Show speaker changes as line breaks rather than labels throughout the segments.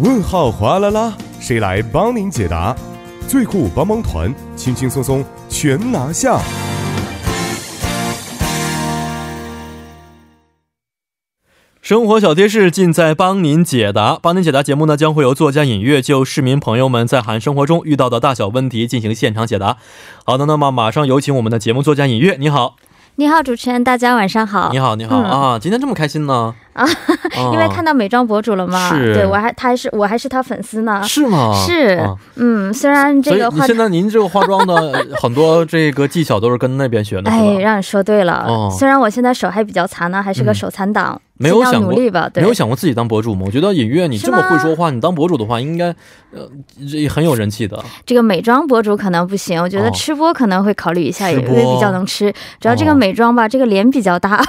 问号哗啦啦，谁来帮您解答？最酷帮帮团，轻轻松松全拿下。
生活小贴士尽在帮您解答。帮您解答节目呢，将会由作家尹月就市民朋友们在喊生活中遇到的大小问题进行现场解答。好的，那么马上有请我们的节目作家尹月，你好，
你好，主持人，大家晚上好。
你好，你好、
嗯
啊！今天这么开心呢？
啊， 因为看到美妆博主了嘛，
是
对我还他还是我还是他粉丝呢。
是吗？
是，
啊
嗯，虽然这
所以
个
你
话，
现在您这个化妆的很多这个技巧都是跟那边学的，是吧？
哎，让你说对了、
哦嗯
虽然我现在手还比较残呢，还是个手残党，
没有
尽
想
量
过
努力吧。对
没有，想过自己当博主吗？我觉得尹月你这么
是吗
会说话，你当博主的话，应该呃这很有人气的。
这个美妆博主可能不行，我觉得
哦
吃播可能会考虑一下，
吃
因
播
为比较能吃。主要这
哦
个美妆吧，这个脸比较大。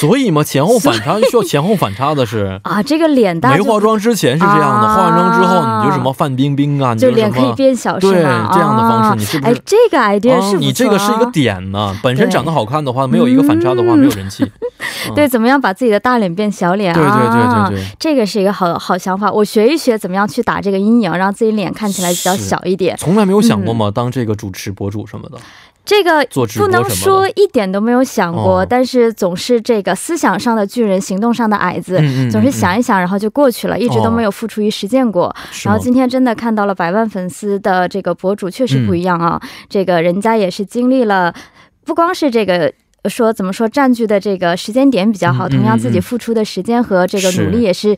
所以嘛，前后反差需要前后反差的是
啊，这个脸大
没
就
化妆之前是这样的，
啊
化完妆之后你就什么范冰冰啊，你
就
什
脸可以
么
变小
对这
是吗？
样的方式，
啊
你是不
哎
是？，
这个
啊
idea 是不错、啊
你这个是一个点呢，本身
对
长得好看的话，没有一个反差的话，没有人气。嗯
对，怎么样把自己的大脸变小脸
对
啊？
对对对
对，
对，
这个是一个好好想法。我学一学怎么样去打这个阴影，让自己脸看起来比较小一点。
从来没有想过嘛，当这个主持博主什么的。
这个
做直播
嗯不能
什么的
说一点都没有想过、
哦
但是总是这个思想上的巨人，行动上的矮子。
嗯哦嗯，
总是
嗯
想一想，然后就过去了，一直都没有付出于实践过。
嗯是
然
吗
后今天真的看到了百万粉丝的这个博主，确实不一样啊！
嗯
这个人家也是经历了，不光是这个。呃说怎么说占据的这个时间点比较好，
嗯
同样自
嗯
己
嗯
付出的时间和这个
是
努力也是，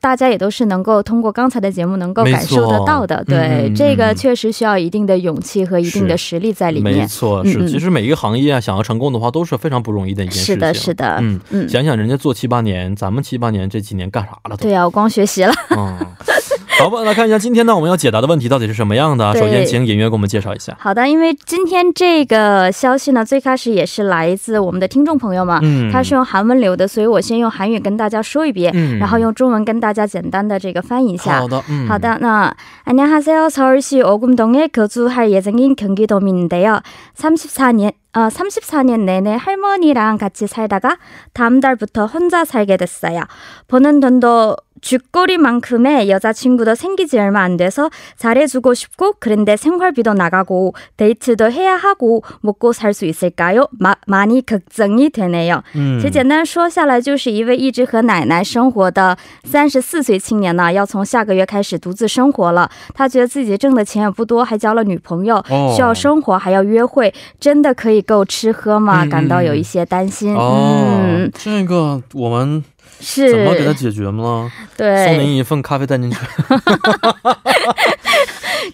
大家也都是能够通过刚才的节目能够
没
感受得
错
到的。
嗯嗯
对、
嗯
这个
嗯
确实需要一定的勇气和一定的实力在里
没
面。
错，
嗯
是
嗯
其实每一个行业啊，想要成功的话，都是非常不容易的一件事情。
是的，是
的，
的，
嗯。
嗯，
想想人家做七八年，咱们七八年这几年干啥了都？
对呀、啊我光学习了。
嗯， 好吧，来看一下今天呢我们要解答的问题到底是什么样的啊。
对
首先，请尹月给我们介绍一下。
好的，因为今天这个消息呢，最开始也是来自我们的听众朋友嘛，
嗯
他是用韩文留的，所以我先用韩语跟大家说一遍，
嗯
然后用中文跟大家简单的这个翻译一下。
好的，嗯，
好的，那안녕하세요 서울시 오금동에 거주할 예정인 경기도민인데요. 34년 어, 34년 내내 할머니랑 같이 살다가 다음 달부터 혼자 살게 됐어요. 버는 돈도 쥐꼬리만큼의 여자친구도 생기지 얼마 안 돼서 잘해주고 싶고 그런데 생활비도 나가고 데이트도 해야 하고 먹고 살 수 있을까요? 마, 많이 걱정이 되네요.
嗯
其实简单说下来，就是一位一直和奶奶生活的三十四岁青年呢，要从下个月开始独自生活了。他觉得自己挣的钱也不多，还交了女朋友，
哦
需要生活还要约会，真的可以够吃喝吗？
嗯嗯
感到有一些担心。
哦
嗯，，
这个我们怎么给他
是，
解决呢？送
对，
您一份咖啡带进去，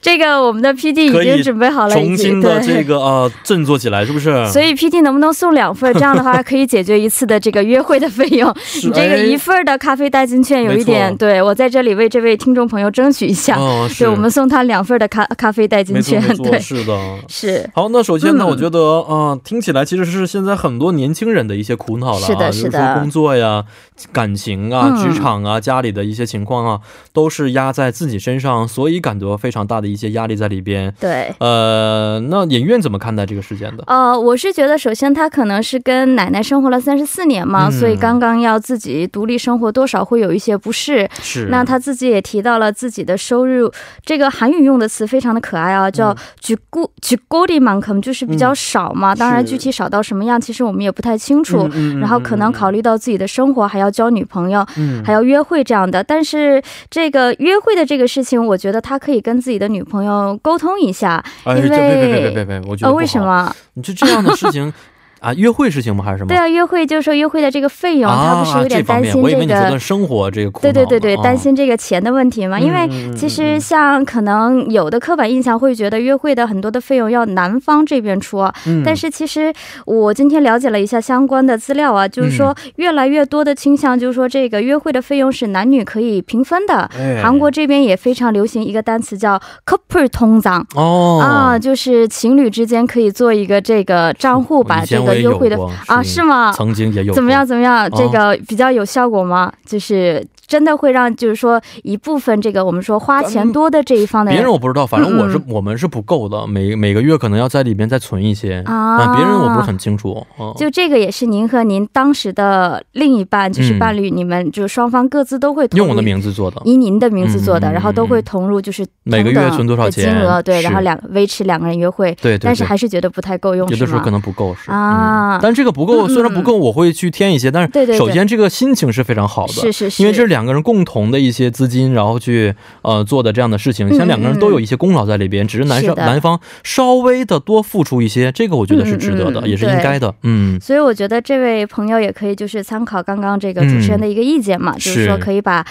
这个我们的 PD
可
已
以
经准备好了，已
重新
经
的这
对。
个嗯啊振作起来，是不是？
所以 PT 能不能送两份？这样的话可以解决一次的这个约会的费 用。你
哎
这个一份儿的咖啡代金券有一
没错
点，对我在这里为这位听众朋友争取一下。
嗯，
对，
是
我们送他两份儿的咖咖啡代金
没错
券
没，错，
对，
是的。
是。
好，那首先呢，
嗯
我觉得啊、听起来其实是现在很多年轻人的一些苦恼了啊，
是的
就是
的
说工作呀、感情啊、
嗯
职场啊、家里的一些情况啊，都是压在自己身上，所以感觉非常大的一些压力在里边。
对，
呃，那尹院怎么看待这个事件的？
呃，我是觉得，首先他可能是跟奶奶生活了三十四年嘛、
嗯
所以刚刚要自己独立生活，多少会有一些不适。
是嗯
那他自己也提到了自己的收入，这个韩语用的词非常的可爱啊，
嗯
叫“举固举꼬리만큼”，就是比较少嘛、当然，
是
具体少到什么样，其实我们也不太清楚。
嗯
然后可能考虑到自己的生活，还要交女朋友，
嗯
还要约会这样的。但是这个约会的这个事情，我觉得他可以跟自己的女朋友沟通一下。
哎，
因
这
为
别别别别别别，我觉得不
呃，
好
为什？么？
你就这样的事情 啊，约会事情吗？还是什么？啊
对啊，约会就是说约会的这个费用，他不是有点
这方
担
面，
心
我以
这
为你说
个
的。生活这个苦恼
对
呢。
对对对，
啊
担心这个钱的问题嘛，因为
嗯嗯嗯
其
嗯
实
嗯
像可能有的刻板印象会觉得约会的很多的费用要男方这边出，
嗯
但是其实我今天了解了一下相关的资料啊，就是说
嗯
越来越多的倾向就是说这个约会的费用是男女可以平分的。
哎
韩国这边也非常流行一个单词叫 couple 通账。啊
哦
啊，就是情侣之间可以做一个这个账户，把
以
这
前
的优惠的啊，是吗？
曾经也有过，哦
怎么样？怎么样？这个比较有效果吗？就是真的会让，就是说一部分这个我们说花钱多的这一方的
别人我不知道，反正我是、
嗯
我们是不够的，每每个月可能要在里面再存一些
啊
别人我不是很清楚。啊、
就这个也是您和您当时的另一半，就是伴侣，你们就双方各自都会投入
用我的名字做的，
以您的名字做的，
嗯嗯嗯
然后都会投入就是
每个
同等
月存多少
的
钱
金额，对，
是
然后两维持两个人约会，
对对对，
但是还是觉得不太够用，
有的时候
是吗
可能不够是
啊
嗯但这个不
嗯
够，
嗯
虽然不够，我会去添一些，但
对对
是
对
首先这个心情是非常好的，
是是是，
因为这是两个人共同的一些资金，然后去呃做的这样的事情，
嗯
像两个人都有一些功劳在里边，只是男
是
生
的
男方稍微的多付出一些，这个我觉得是值得的，
嗯嗯嗯
也是应该的，嗯。
所以我觉得这位朋友也可以就是参考刚刚这个主持人的一个意见嘛，就是说
嗯是
可以把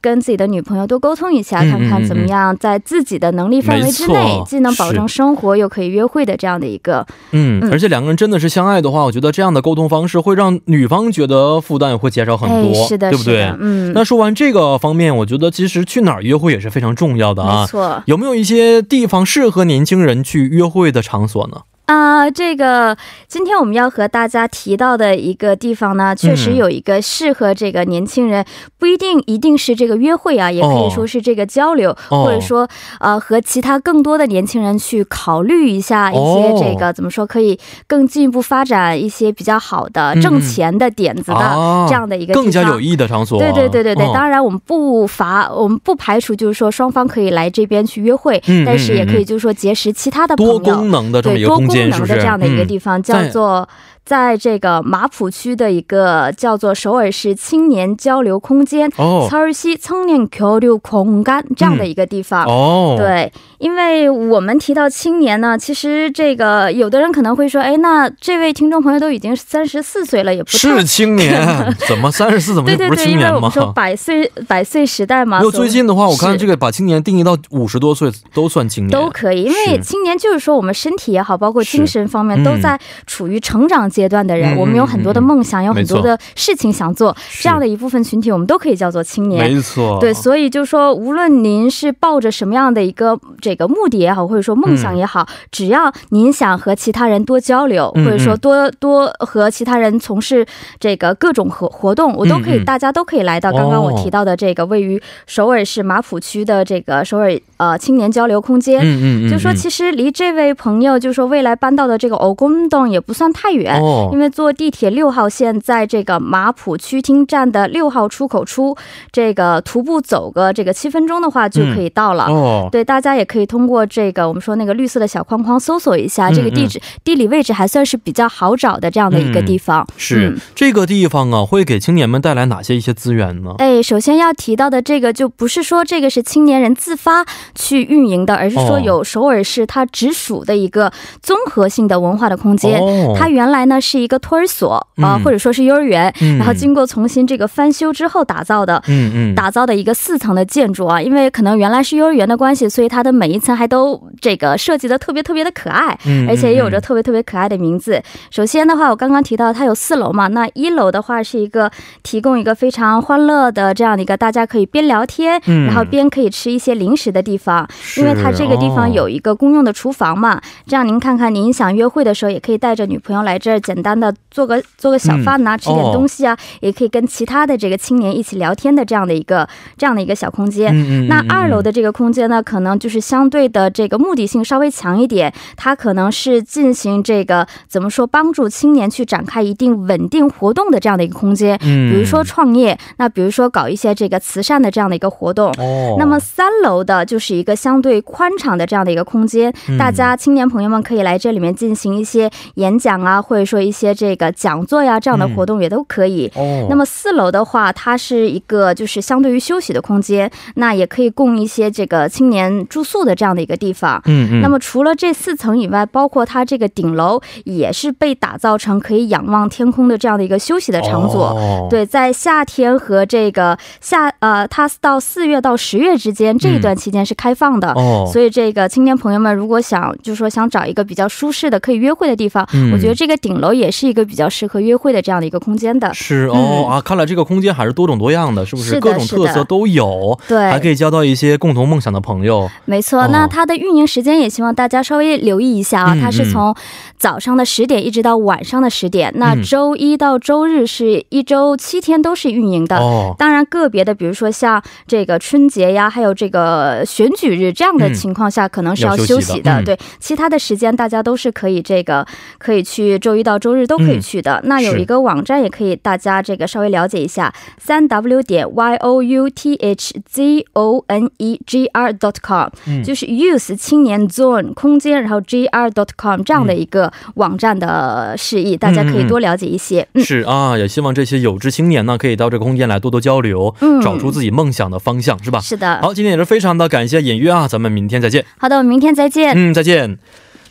跟自己的女朋友多沟通一下，
嗯嗯
看看怎么样在自己的能力范围之
没
内
错，
既能保证
是
生活又可以约会的这样的一个，
嗯
嗯，
而且两个人真的是相爱的话，我觉得这样的沟通方式会让女方觉得负担也会减少很
哎，
多，
是的，
对不
是
对
的？嗯，
那说完这个方面，我觉得其实去哪儿约会也是非常重要的
没
啊。
错。
有没有一些地方适合年轻人去约会的场所呢？
啊、这个今天我们要和大家提到的一个地方呢，确实
嗯
有一个适合这个年轻人，不一定一定是这个约会啊，也可以
哦
说是这个交流，
哦
或者说呃和其他更多的年轻人去考虑一下一些
哦
这个、怎么说可以更进一步发展一些比较好的
嗯嗯
挣钱的点子的、
啊
这样的一个地方
更加有意义的场所啊、
对对对对对，
嗯
当然我们不乏，我们不排除就是说双方可以来这边去约会，
嗯
但是也可
嗯
以
嗯
就是说结识其他的朋
多
友，
功能的这么
对
一个
多
空
功
间，
能
是不
的
是？嗯
这样的一个地方，叫
在
做在这个马普区的一个叫做首尔市青年交流空间
嗯、哦
서울시청년교류공간这样的一个地方。
哦，，
对，因为我们提到青年呢，其实这个有的人可能会说，哎，那这位听众朋友都已经三十四岁了，也不太
是青年， 怎么三十四怎么
对
就
对
不是
对，
青
因为
年
我
吗？
们说百岁百岁时代嘛，
如果
所以
最近的话，我看
是
这个把青年定义到五十多岁都算青年，
都可以，因为
是
青年就是说我们身体也好，包括
是
精神方面
嗯
都在处于成长阶段的人，
嗯
我们有很多的梦想，有很多
没错
的事情想做，
是
这样的一部分群体，我们都可以叫做青年。
没错，
对，所以就说，无论您是抱着什么样的一个这个目的也好，或者说梦
嗯
想也好，只要您想和其他人多交流，
嗯
或者说多多和其他人从事这个各种活活动，我都可以，
嗯嗯
大家都可以来到刚刚我
哦
提到的这个位于首尔市马浦区的这个首尔呃青年交流空间。
嗯嗯嗯，
就说
嗯
其实离这位朋友，就说未来搬到的这个欧宫洞也不算太远。
哦
因为坐地铁六号线，在这个马浦区厅站的六号出口出，这个徒步走个这个七分钟的话就可以到了。
哦，
对，大家也可以通过这个我们说那个绿色的小框框搜索一下、
嗯
这个地址，地理位置还算是比较好找的这样的一个地方。
是、
嗯
这个地方啊，会给青年们带来哪些一些资源呢？
哎，首先要提到的这个就不是说这个是青年人自发去运营的，而是说
哦
有首尔市它直属的一个综合性的文化的空间。
哦，
它原来呢是一个托儿所啊、
嗯
或者说是幼儿园，
嗯
然后经过重新这个翻修之后打造的。
嗯嗯
打造的一个四层的建筑啊，因为可能原来是幼儿园的关系，所以它的每一层还都这个设计的特别特别的可爱，
嗯，
而且也有着
嗯
特别特别可爱的名字。首先的话，我刚刚提到它有四楼嘛，那一楼的话是一个提供一个非常欢乐的这样的一个大家可以边聊天，
嗯
然后边可以吃一些零食的地方，因为它这个地方
是哦
有一个公用的厨房嘛，这样您看看，您想约会的时候也可以带着女朋友来这儿，简单的做个做个小饭呐、吃点东西啊、
哦
也可以跟其他的这个青年一起聊天的这样的一个这样的一个小空间。
嗯嗯嗯，
那
嗯
二楼的这个空间呢，可能就是相对的这个目的性稍微强一点，它可能是进行这个怎么说，帮助青年去展开一定稳定活动的这样的一个空间，
嗯，
比如说创业，那比如说搞一些这个慈善的这样的一个活动。
哦，
那么三楼的就是一个相对宽敞的这样的一个空间，
嗯
大家青年朋友们可以来这里面进行一些演讲啊，或者说一些这个讲座呀这样的活动也都可以。
哦，
那么四楼的话，它是一个就是相对于休息的空间，那也可以供一些这个青年住宿的这样的一个地方。
嗯嗯，
那么除了这四层以外，包括它这个顶楼也是被打造成可以仰望天空的这样的一个休息的场所。
哦、
对，在夏天和这个夏呃，它到四月到十月之间这一段期间是开放的。
嗯哦，
所以，这个青年朋友们如果想，就是说想找一个比较舒适的可以约会的地方，
嗯
我觉得这个顶楼也是一个比较适合约会的这样的一个空间的。
是哦、啊，看来这个空间还是多种多样的，是不
嗯是的
各种特
是的
色都有，还可
对，
以交到一些共同梦想的朋友。
没错、
哦
那它的运营时间也希望大家稍微留意一下啊，
嗯
它是从早上的十点一直到晚上的十点、那
嗯
周一到周日是一周七天都是运营的。
哦，
当然，个别的，比如说像这个春节呀，还有这个选举日这样的
嗯
情况下，可能是
要
要
休
休
息的
息的。
嗯
对，其他的时间大家都是可以这个可以去周一到周日都可以
嗯
去的。那有
是
一个网站也可以大家这个稍微了解一下，三 w 点 y o u t h z o n e g r dot com，、
嗯
就是 youth 青年 zone 空间，然后 g r dot com 这
嗯
样的一个网站的示意，大家可以多了解一些。嗯，
是啊，也希望这些有志青年呢，可以到这个空间来多多交流，
嗯
找出自己梦想的方向，是吧？
是的。
好，今天也是非常的感谢隐约啊，咱们明天再见。
好的，我们明天再见。
嗯，再见。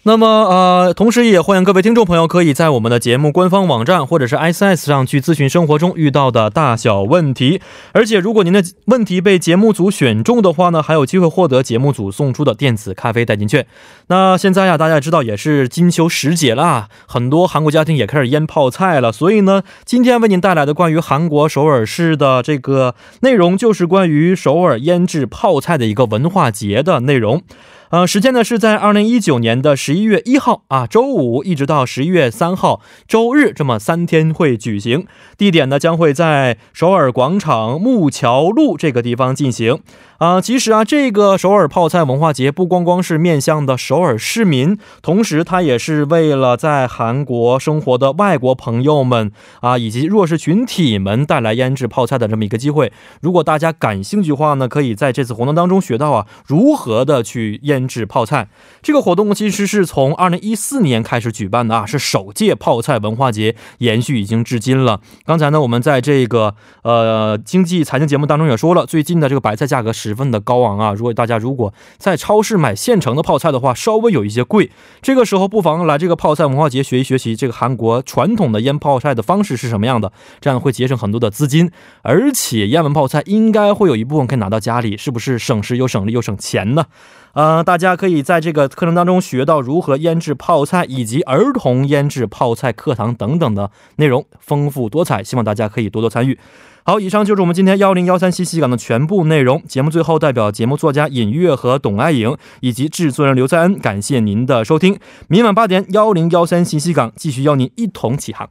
那么呃，同时也欢迎各位听众朋友可以在我们的节目官方网站或者是 ICS 上去咨询生活中遇到的大小问题。而且如果您的问题被节目组选中的话呢，还有机会获得节目组送出的电子咖啡代金券。那现在呀、啊大家也知道也是金秋时节啦，很多韩国家庭也开始腌泡菜了。所以呢，今天为您带来的关于韩国首尔市的这个内容，就是关于首尔腌制泡菜的一个文化节的内容。呃，时间呢是在二零一九年的十一月一号啊，周五一直到十一月三号周日，这么三天会举行。地点呢将会在首尔广场木桥路这个地方进行。啊，其实啊，这个首尔泡菜文化节不光光是面向的首尔市民，同时它也是为了在韩国生活的外国朋友们啊，以及弱势群体们带来腌制泡菜的这么一个机会。如果大家感兴趣的话呢，可以在这次活动当中学到啊，如何的去腌制泡菜。这个活动其实是从二零一四年开始举办的啊，是首届泡菜文化节，延续已经至今了。刚才呢，我们在这个呃经济财经节目当中也说了，最近的这个白菜价格十分的高昂啊。如果大家如果在超市买现成的泡菜的话，稍微有一些贵，这个时候不妨来这个泡菜文化节学一学习这个韩国传统的腌泡菜的方式是什么样的，这样会节省很多的资金。而且腌完泡菜应该会有一部分可以拿到家里，是不是省时又省力又省钱呢？呃，大家可以在这个课程当中学到如何腌制泡菜，以及儿童腌制泡菜课堂等等的内容，丰富多彩，希望大家可以多多参与。好，以上就是我们今天幺零幺三信息港的全部内容。节目最后，代表节目作家尹月和董爱颖以及制作人刘在恩，感谢您的收听。明晚八点，幺零幺三信息港继续邀您一同起航。